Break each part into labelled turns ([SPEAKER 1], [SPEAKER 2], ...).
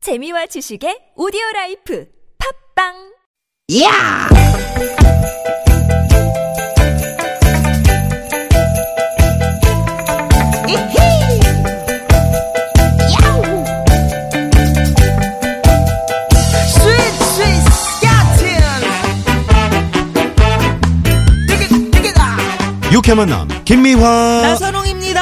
[SPEAKER 1] 재미와 지식의 오디오 라이프 팝빵!
[SPEAKER 2] 야! 이히! 야우! 스윗 스윗 스캇틴! 티켓 티켓아!
[SPEAKER 3] 유쾌 만남 김미화
[SPEAKER 2] 나선홍입니다.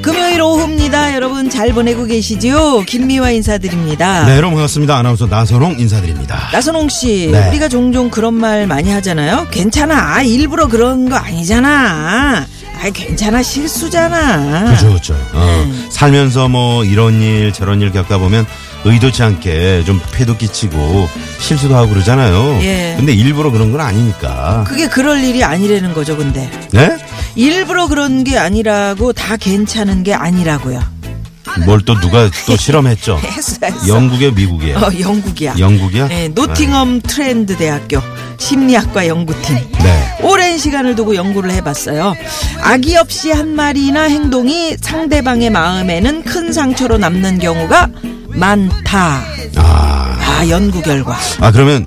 [SPEAKER 2] 금요일 오후입니다. 여러분 잘 보내고 계시지요? 김미화 인사드립니다.
[SPEAKER 3] 네 여러분 반갑습니다 아나운서 나선홍 인사드립니다
[SPEAKER 2] 나선홍 씨,
[SPEAKER 3] 네.
[SPEAKER 2] 우리가 종종 그런 말 많이 하잖아요. 괜찮아. 아, 일부러 그런 거 아니잖아. 아, 괜찮아. 실수잖아.
[SPEAKER 3] 그렇죠 그렇죠 어,
[SPEAKER 2] 네.
[SPEAKER 3] 살면서 뭐 이런 일 저런 일 겪다보면 의도치 않게 좀 폐도 끼치고 실수도 하고 그러잖아요
[SPEAKER 2] 예.
[SPEAKER 3] 근데 일부러 그런 건 아니니까
[SPEAKER 2] 그게 그럴 일이 아니라는 거죠, 근데.
[SPEAKER 3] 네?
[SPEAKER 2] 일부러 그런 게 아니라고 다 괜찮은 게 아니라고요.
[SPEAKER 3] 뭘 또 누가 또 실험했죠
[SPEAKER 2] 했어, 했어.
[SPEAKER 3] 영국에 미국에
[SPEAKER 2] 어, 영국이야.
[SPEAKER 3] 영국이야?
[SPEAKER 2] 네, 노팅엄 트렌드 대학교 심리학과 연구팀.
[SPEAKER 3] 네.
[SPEAKER 2] 오랜 시간을 두고 연구를 해봤어요. 악의 없이 한 말이나 행동이 상대방의 마음에는 큰 상처로 남는 경우가 많다.
[SPEAKER 3] 아,
[SPEAKER 2] 아, 연구 결과.
[SPEAKER 3] 아 그러면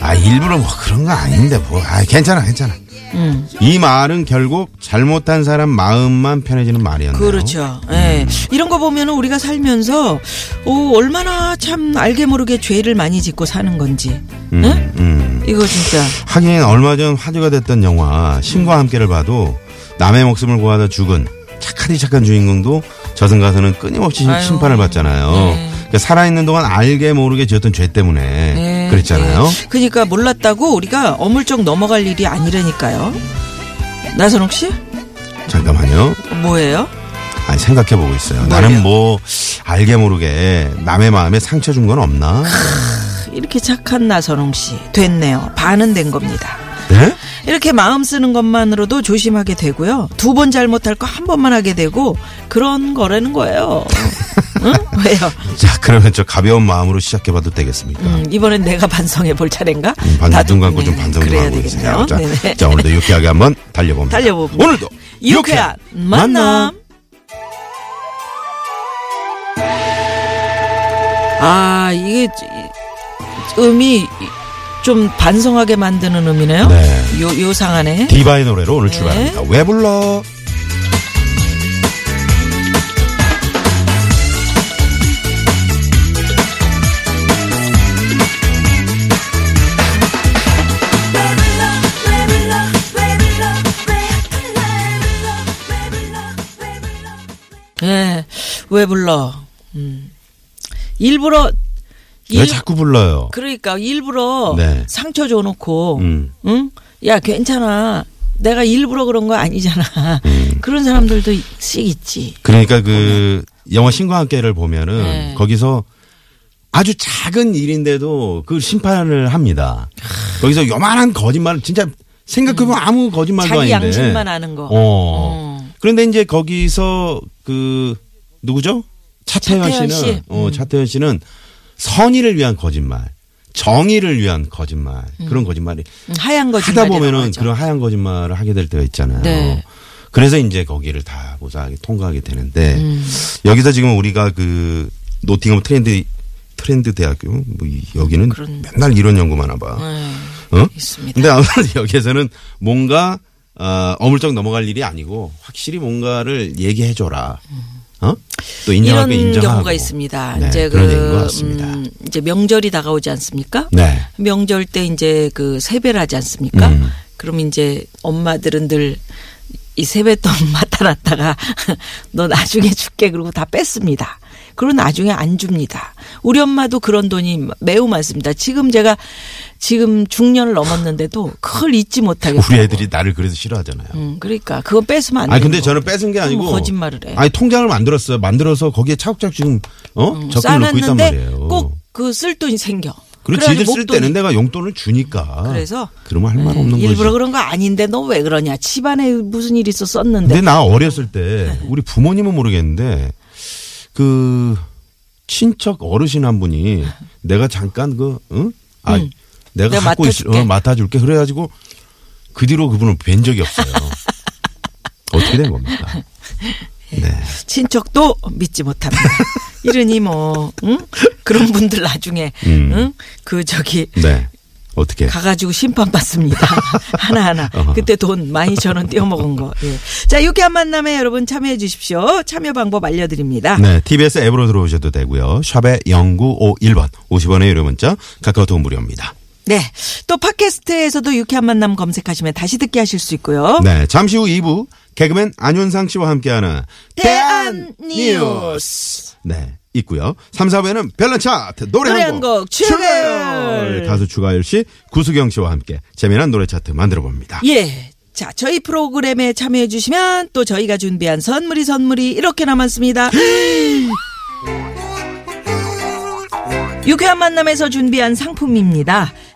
[SPEAKER 3] 아 일부러 뭐 그런 거 아닌데 뭐 아, 괜찮아 괜찮아
[SPEAKER 2] 음.
[SPEAKER 3] 이 말은 결국 잘못한 사람 마음만 편해지는 말이었네요
[SPEAKER 2] 그렇죠. 예. 이런 거 보면은 우리가 살면서, 오, 얼마나 참 알게 모르게 죄를 많이 짓고 사는 건지.
[SPEAKER 3] 음,
[SPEAKER 2] 응?
[SPEAKER 3] 음.
[SPEAKER 2] 이거 진짜.
[SPEAKER 3] 하긴 얼마 전 화제가 됐던 영화 신과 함께를 봐도 남의 목숨을 구하다 죽은 착하디 착한 주인공도 저승 가서는 끊임없이
[SPEAKER 2] 아유.
[SPEAKER 3] 심판을 받잖아요.
[SPEAKER 2] 네.
[SPEAKER 3] 그러니까 살아있는 동안 알게 모르게 지었던 죄 때문에
[SPEAKER 2] 예,
[SPEAKER 3] 그랬잖아요.
[SPEAKER 2] 예. 그러니까 몰랐다고 우리가 어물쩍 넘어갈 일이 아니라니까요. 나선홍 씨?
[SPEAKER 3] 잠깐만요.
[SPEAKER 2] 뭐예요?
[SPEAKER 3] 아니 생각해보고 있어요.
[SPEAKER 2] 뭘요?
[SPEAKER 3] 나는 뭐 알게 모르게 남의 마음에 상처 준 건 없나?
[SPEAKER 2] 이렇게 착한 나선홍 씨. 됐네요. 반은 된 겁니다.
[SPEAKER 3] 네?
[SPEAKER 2] 이렇게 마음 쓰는 것만으로도 조심하게 되고요. 두 번 잘못할 거 한 번만 하게 되고 그런 거라는 거예요. 응? 왜요?
[SPEAKER 3] 자 그러면 저 가벼운 마음으로 시작해봐도 되겠습니까?
[SPEAKER 2] 음, 이번엔 내가 반성해 볼 차례인가?
[SPEAKER 3] 음, 반좀 감고
[SPEAKER 2] 네,
[SPEAKER 3] 좀 반성 좀
[SPEAKER 2] 그래야
[SPEAKER 3] 하고 계세요.
[SPEAKER 2] 되겠네요.
[SPEAKER 3] 자,
[SPEAKER 2] 네네.
[SPEAKER 3] 자, 오늘도 유쾌하게 한번 달려봅니다.
[SPEAKER 2] 달려봅니다.
[SPEAKER 3] 오늘도
[SPEAKER 2] 유쾌한 만남. 아, 이게 이- 음이 좀 반성하게 만드는 음이네요.
[SPEAKER 3] 네.
[SPEAKER 2] 요, 요상하네.
[SPEAKER 3] 디바의 노래로 오늘 출발합니다. 왜 불러?
[SPEAKER 2] 예. 왜 불러? 음. 일부러
[SPEAKER 3] 왜
[SPEAKER 2] 일-
[SPEAKER 3] 자꾸 불러요?
[SPEAKER 2] 그러니까 일부러
[SPEAKER 3] 네.
[SPEAKER 2] 상처 줘 놓고
[SPEAKER 3] 음.
[SPEAKER 2] 응? 야, 괜찮아. 내가 일부러 그런 거 아니잖아.
[SPEAKER 3] 음.
[SPEAKER 2] 그런 사람들도 씩 있지.
[SPEAKER 3] 그러니까 그 영화 신과 함께를 보면은
[SPEAKER 2] 네.
[SPEAKER 3] 거기서 아주 작은 일인데도 그 심판을 합니다. 거기서 요만한 거짓말을 진짜 생각해보면 아무 거짓말도
[SPEAKER 2] 자기
[SPEAKER 3] 아닌데.
[SPEAKER 2] 양심만 아는 거. 음.
[SPEAKER 3] 어. 그런데 이제 거기서 그 누구죠? 차태현
[SPEAKER 2] 차태현
[SPEAKER 3] 씨는
[SPEAKER 2] 씨. 음.
[SPEAKER 3] 어, 차태현 씨는 선의를 위한 거짓말, 정의를 위한 거짓말 그런 거짓말이
[SPEAKER 2] 음, 하얀 거짓말.
[SPEAKER 3] 하다 보면은 그런 하얀 거짓말을 하게 될 때가 있잖아요.
[SPEAKER 2] 네.
[SPEAKER 3] 그래서 이제 거기를 다 무사하게 통과하게 되는데
[SPEAKER 2] 음.
[SPEAKER 3] 여기서 지금 우리가 그 노팅엄 트렌드 트렌드 대학교 뭐 이- 여기는
[SPEAKER 2] 그런- 네.
[SPEAKER 3] 맨날 이런 연구만 하봐. 어?
[SPEAKER 2] 있습니다.
[SPEAKER 3] 근데 아무튼 여기에서는 뭔가 어, 어물쩍 넘어갈 일이 아니고 확실히 뭔가를 얘기해 줘라. 어? 또 인정하고
[SPEAKER 2] 이런
[SPEAKER 3] 인정하고.
[SPEAKER 2] 경우가 있습니다.
[SPEAKER 3] 네,
[SPEAKER 2] 이제
[SPEAKER 3] 그런
[SPEAKER 2] 그
[SPEAKER 3] 얘기인 것 같습니다.
[SPEAKER 2] 음, 이제 명절이 다가오지 않습니까?
[SPEAKER 3] 네.
[SPEAKER 2] 명절 때 이제 그 세배를 하지 않습니까?
[SPEAKER 3] 음.
[SPEAKER 2] 그럼 이제 엄마들은 늘 이 세뱃돈 맡아놨다가 너 나중에 줄게 그러고 다 뺐습니다. 그리고 나중에 안 줍니다. 우리 엄마도 그런 돈이 매우 많습니다. 지금 제가 지금 중년을 넘었는데도 그걸 잊지 못하겠어요.
[SPEAKER 3] 우리 애들이 나를 그래서 싫어하잖아요.
[SPEAKER 2] 음, 그러니까 그건 뺏으면 안 돼.
[SPEAKER 3] 아니 근데 저는 뺏은 게 아니고
[SPEAKER 2] 거짓말을 해.
[SPEAKER 3] 아니 통장을 만들었어요. 만들어서 거기에 차곡차곡 지금 어? 적금 넣고 있단
[SPEAKER 2] 음, 싸놨는데
[SPEAKER 3] 말이에요.
[SPEAKER 2] 꼭 그 쓸 돈이 생겨.
[SPEAKER 3] 그리고
[SPEAKER 2] 그래가지고
[SPEAKER 3] 지들 쓸
[SPEAKER 2] 목돈이
[SPEAKER 3] 때는 내가 용돈을 주니까.
[SPEAKER 2] 그래서 네,
[SPEAKER 3] 그러면 할 말 없는 거지.
[SPEAKER 2] 일부러 그런 거 아닌데 너 왜 그러냐. 집안에 무슨 일이 있어 썼는데.
[SPEAKER 3] 근데 나 어렸을 때
[SPEAKER 2] 네.
[SPEAKER 3] 우리 부모님은 모르겠는데 그 친척 어르신 한 분이 내가 잠깐 그 응? 아 내가
[SPEAKER 2] 내가
[SPEAKER 3] 갖고 있을
[SPEAKER 2] 맡아줄게.
[SPEAKER 3] 어, 맡아줄게 그래가지고 그 뒤로 그분을 뵌 적이 없어요.
[SPEAKER 4] 어떻게 된 겁니까? 네.
[SPEAKER 2] 친척도 믿지 못합니다. 이러니 뭐 응? 그런 분들 나중에
[SPEAKER 4] 음.
[SPEAKER 2] 응? 그 저기
[SPEAKER 4] 네. 어떻게?
[SPEAKER 2] 가가지고 심판받습니다. 하나하나.
[SPEAKER 4] 어허.
[SPEAKER 2] 그때 돈 많이 저는 떼어먹은 거. 예. 자, 유쾌한 만남에 여러분 참여해 주십시오. 참여 방법 알려드립니다.
[SPEAKER 4] 네, TBS 앱으로 들어오셔도 되고요. 샵에 0951번 50원의 유료 문자 카카오톡 무료입니다.
[SPEAKER 2] 네. 또 팟캐스트에서도 유쾌한 만남 검색하시면 다시 듣게 하실 수 있고요.
[SPEAKER 4] 네, 잠시 후 2부 개그맨 안윤상 씨와 함께하는 대한
[SPEAKER 2] 대한
[SPEAKER 4] 뉴스. 네, 있고요. 3, 4부에는 별난 차트 노래,
[SPEAKER 2] 노래
[SPEAKER 4] 한
[SPEAKER 2] 한
[SPEAKER 4] 곡
[SPEAKER 2] 곡
[SPEAKER 4] 출발!
[SPEAKER 2] 출발!
[SPEAKER 4] 가수 추가열 씨, 구수경 씨와 함께 재미난 노래 차트 만들어 봅니다.
[SPEAKER 3] 네.
[SPEAKER 2] 예. 자, 저희 프로그램에 참여해 주시면 또 저희가 준비한 선물이 선물이 이렇게 남았습니다. 유쾌한 만남에서 준비한 상품입니다.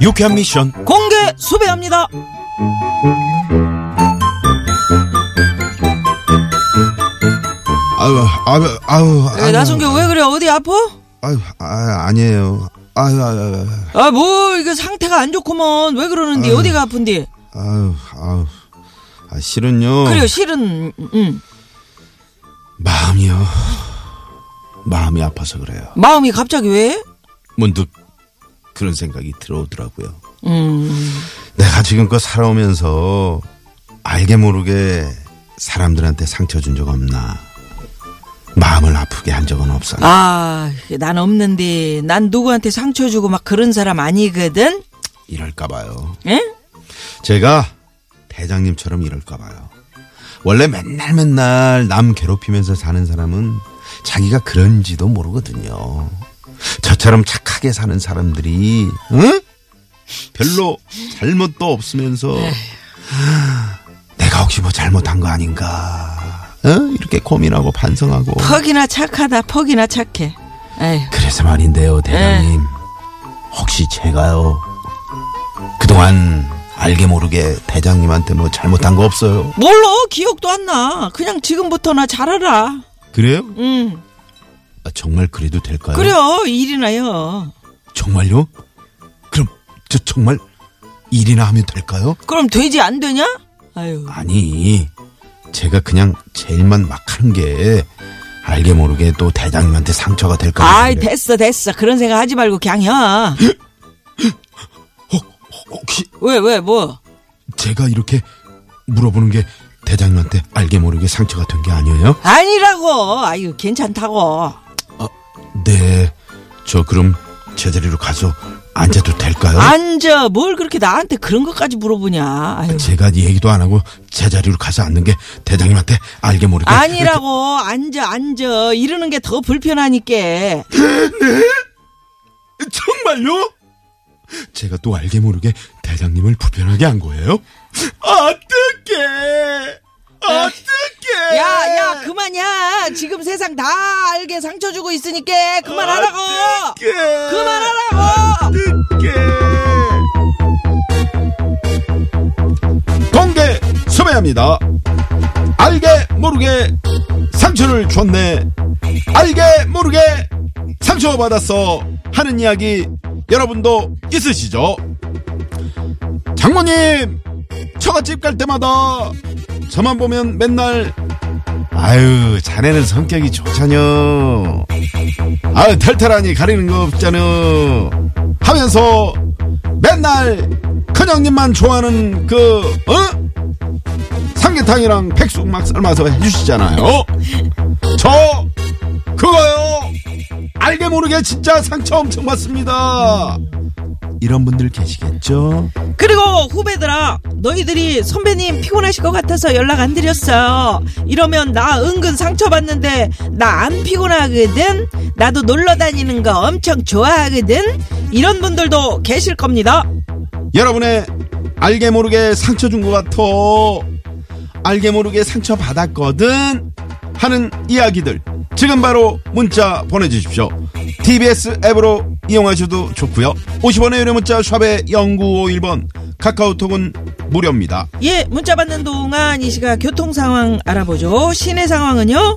[SPEAKER 4] 유쾌한 미션
[SPEAKER 2] 공개 수배합니다
[SPEAKER 3] 아유 아유 아유 아유
[SPEAKER 2] 나성규 왜 그래 어디 아파?
[SPEAKER 3] 아유 아, 아니에요 아유 아유 아유
[SPEAKER 2] 아 뭐 이게 상태가 안 좋구먼 왜 그러는데 어디가 아픈데
[SPEAKER 3] 아유 아유 아 실은요
[SPEAKER 2] 그래요 실은 음,
[SPEAKER 3] 마음이요 마음이 아파서 그래요
[SPEAKER 2] 마음이 갑자기 왜?
[SPEAKER 3] 문득 그런 생각이 들어오더라고요
[SPEAKER 2] 음
[SPEAKER 3] 내가 지금껏 살아오면서 알게 모르게 사람들한테 상처 준 적 없나 마음을 아프게 한 적은 없었나
[SPEAKER 2] 아, 난 없는데 난 누구한테 상처 주고 막 그런 사람 아니거든.
[SPEAKER 3] 이럴까 봐요
[SPEAKER 2] 예?
[SPEAKER 3] 제가 대장님처럼 이럴까 봐요. 원래 맨날 맨날 남 괴롭히면서 사는 사람은 자기가 그런지도 모르거든요. 저처럼 착하게 사는 사람들이 응? 별로 잘못도 없으면서 내가 혹시 뭐 잘못한 거 아닌가 응? 이렇게 고민하고 반성하고
[SPEAKER 2] 퍽이나 착하다. 퍽이나 착해. 에휴.
[SPEAKER 3] 그래서 말인데요, 대장님. 혹시 제가요, 그동안 알게 모르게 대장님한테 뭐 잘못한 거 없어요?
[SPEAKER 2] 몰라. 기억도 안 나. 그냥 지금부터 나 잘하라.
[SPEAKER 3] 그래요?
[SPEAKER 2] 음.
[SPEAKER 3] 아, 정말 그래도 될까요?
[SPEAKER 2] 그래요. 일이나요.
[SPEAKER 3] 정말요? 그럼 저 정말 일이나 하면 될까요?
[SPEAKER 2] 그럼 되지 안 되냐? 아유.
[SPEAKER 3] 아니, 제가 그냥 제 일만 막 하는 게 알게 모르게 또 대장님한테 상처가 될까 봐
[SPEAKER 2] 아이,
[SPEAKER 3] 그래요.
[SPEAKER 2] 됐어, 됐어. 그런 생각 하지 말고 그냥 해.
[SPEAKER 3] 혹시
[SPEAKER 2] 왜, 왜, 뭐.
[SPEAKER 3] 제가 이렇게 물어보는 게 대장님한테 알게 모르게 상처가 된 게 아니에요?
[SPEAKER 2] 아니라고. 아유, 괜찮다고.
[SPEAKER 3] 네. 저 그럼 제자리로 가서 앉아도 될까요?
[SPEAKER 2] 앉아. 뭘 그렇게 나한테 그런 것까지 물어보냐. 아유.
[SPEAKER 3] 제가 얘기도 안 하고 제자리로 가서 앉는 게 대장님한테 알게 모르게
[SPEAKER 2] 아니라고 앉아 앉아 이러는 게 더 불편하니까
[SPEAKER 3] 이렇게- 정말요? 제가 또 알게 모르게 대장님을 불편하게 한 거예요? 어떡해! 어떡해!
[SPEAKER 2] 야야 그만이야 지금 세상 다 알게 상처 주고 있으니까 그만하라고 그만하라고
[SPEAKER 3] 공개 수배합니다. 알게 모르게 상처를 줬네. 알게 모르게 상처받았어 하는 이야기 여러분도 있으시죠? 장모님 처갓집 갈 때마다 저만 보면 맨날
[SPEAKER 5] 아유, 자네는 성격이 좋잖여.
[SPEAKER 3] 아 탈탈하니 가리는 거 없잖아 하면서 맨날 큰형님만 좋아하는 그 어? 삼계탕이랑 백숙 막 삶아서 해주시잖아요 저 그거요 알게 모르게 진짜 상처 엄청 받습니다
[SPEAKER 5] 이런 분들 계시겠죠?
[SPEAKER 2] 그리고 후배들아 너희들이 선배님 피곤하실 것 같아서 연락 안 드렸어요 이러면 나 은근 상처받는데 나 안 피곤하거든 나도 놀러 다니는 거 엄청 좋아하거든 이런 분들도 계실 겁니다
[SPEAKER 3] 여러분의 알게 모르게 상처 준 것 같아. 알게 모르게 상처 받았거든. 하는 이야기들. 지금 바로 문자 보내주십시오. TBS 앱으로 이용하셔도 좋고요. 50원의 유료 문자 샵에 0951번. 카카오톡은 무료입니다.
[SPEAKER 2] 예 문자 받는 동안 이 시각 교통 상황 알아보죠 시내 상황은요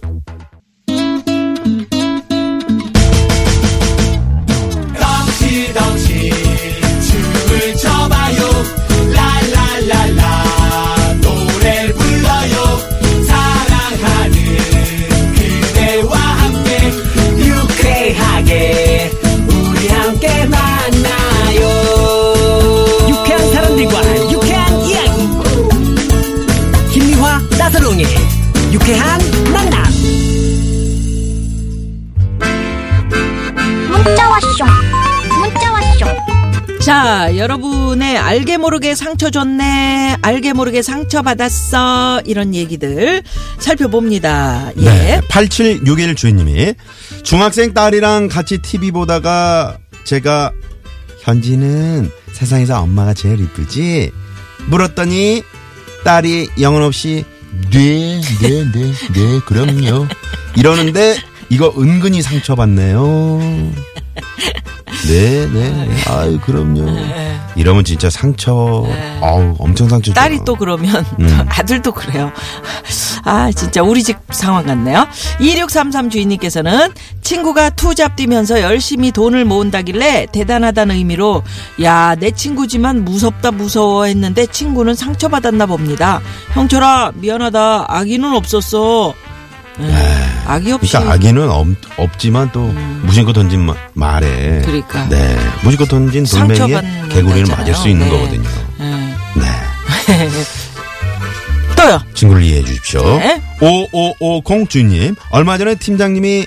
[SPEAKER 6] 유쾌하게 우리 함께 만나요 유쾌한 사람들과 유쾌한 이야기 김미화 나서롱의 유쾌한 만남
[SPEAKER 7] 문자 왔쇼 문자 왔쇼
[SPEAKER 2] 자, 여러분의 알게 모르게 상처 줬네, 알게 모르게 상처 받았어, 이런 얘기들 살펴봅니다. 예.
[SPEAKER 3] 네. 8761 주인님이 중학생 딸이랑 같이 TV 보다가 제가
[SPEAKER 5] 현지는 세상에서 엄마가 제일 이쁘지? 물었더니 딸이 영혼 없이 네, 네, 네, 네, 그럼요. 이러는데 이거 은근히 상처받네요. 네, 네, 아유, 그럼요.
[SPEAKER 3] 이러면 진짜 상처, 아우, 엄청 상처. 줘요.
[SPEAKER 2] 네. 음. 딸이 또 그러면,
[SPEAKER 3] 음.
[SPEAKER 2] 아들도 그래요. 아, 진짜 우리 집 상황 같네요. 2633 주인님께서는 친구가 투잡 뛰면서 열심히 돈을 모은다길래 대단하다는 의미로, 야, 내 친구지만 무섭다 무서워 했는데 친구는 상처받았나 봅니다. 형철아, 미안하다. 아기는 없었어. 에, 아기 없이.
[SPEAKER 3] 그러니까 아기는 없, 없지만 또 무심코 던진 마- 말에
[SPEAKER 2] 음. 그러니까.
[SPEAKER 3] 네 무심코 던진 돌멩이에
[SPEAKER 2] 상처받는
[SPEAKER 3] 개구리를
[SPEAKER 2] 거잖아요.
[SPEAKER 3] 맞을 수 있는
[SPEAKER 2] 네.
[SPEAKER 3] 거거든요.
[SPEAKER 2] 예.
[SPEAKER 3] 네
[SPEAKER 2] 또요.
[SPEAKER 3] 친구를 이해해 주십시오.
[SPEAKER 2] 네.
[SPEAKER 3] 5550 주님 얼마 전에 팀장님이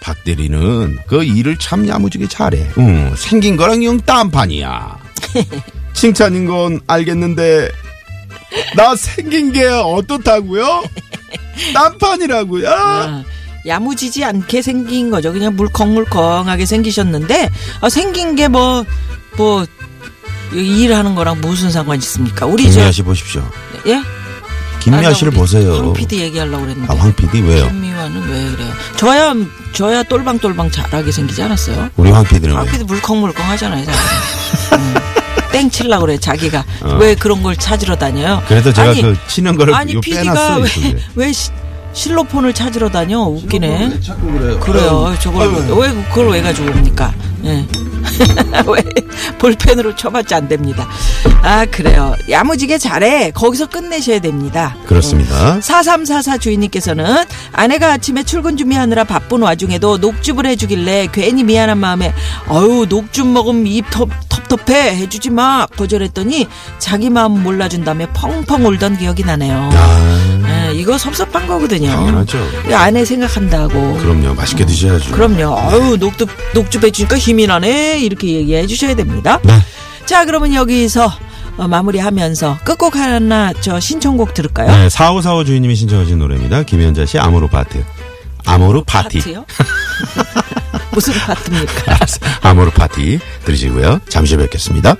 [SPEAKER 3] 박 대리는 그 일을 참 야무지게 잘해. 응, 생긴 거랑 영 딴판이야. 칭찬인 건 알겠는데 나 생긴 게 어떻다고요? 딴판이라고요?
[SPEAKER 2] 아, 야무지지 않게 생긴 거죠. 그냥 물컹물컹하게 생기셨는데 아, 생긴 게 뭐 뭐 일하는 거랑 무슨 상관이 있습니까? 우리 저
[SPEAKER 5] 김미아 씨 보십시오.
[SPEAKER 2] 예?
[SPEAKER 5] 김미아 씨를 보세요.
[SPEAKER 2] 황 PD 얘기하려고 그랬는데.
[SPEAKER 5] 아, 황 PD 왜요?
[SPEAKER 2] 김미화는 왜 그래요? 저야 저야 똘방똘방 잘하게 생기지 않았어요?
[SPEAKER 5] 우리 황 PD는
[SPEAKER 2] 황
[SPEAKER 5] 왜?
[SPEAKER 2] PD 아, 물컹물컹하잖아요. 자기가. 음, 땡 칠라 그래 자기가 왜 그런 걸 찾으러 다녀요?
[SPEAKER 5] 어. 그래도 제가
[SPEAKER 2] 아니,
[SPEAKER 5] 그 치는 거를
[SPEAKER 2] 아니
[SPEAKER 5] 이거
[SPEAKER 2] PD가
[SPEAKER 5] 빼놨어요.
[SPEAKER 2] 왜,
[SPEAKER 5] 이쪽에.
[SPEAKER 2] 왜 시- 실로폰을 찾으러 다녀 웃기네.
[SPEAKER 5] 자꾸 그래요.
[SPEAKER 2] 그래요. 저걸 왜 그걸 왜 가지고 옵니까? 예. 왜 볼펜으로 쳐봤자 안 됩니다. 아 그래요. 야무지게 잘해. 거기서 끝내셔야 됩니다.
[SPEAKER 5] 그렇습니다.
[SPEAKER 2] 4344 주인님께서는 아내가 아침에 출근 준비하느라 바쁜 와중에도 녹즙을 해주길래 괜히 미안한 마음에 어유 녹즙 먹으면 입 텁, 텁텁해 해주지 마 거절했더니 자기 마음 몰라준다며 펑펑 울던 기억이 나네요. 예, 이거 섭섭한 거거든요.
[SPEAKER 5] 아, 당연하죠.
[SPEAKER 2] 이 아내 생각한다고.
[SPEAKER 5] 그럼요. 맛있게 드셔야죠.
[SPEAKER 2] 그럼요. 아유, 녹즙, 녹즙 해주니까 힘이 나네. 이렇게 얘기해 주셔야 됩니다.
[SPEAKER 5] 네.
[SPEAKER 2] 자, 그러면 여기서 어, 마무리하면서 끝곡 하나 저 신청곡 들을까요?
[SPEAKER 5] 네, 4545 주인님이 신청하신 노래입니다. 김현자 씨 아모르 파티. 아모르 파티.
[SPEAKER 2] 파트요? 무슨 파트입니까?
[SPEAKER 5] 아모르 파티 들으시고요. 잠시 뵙겠습니다.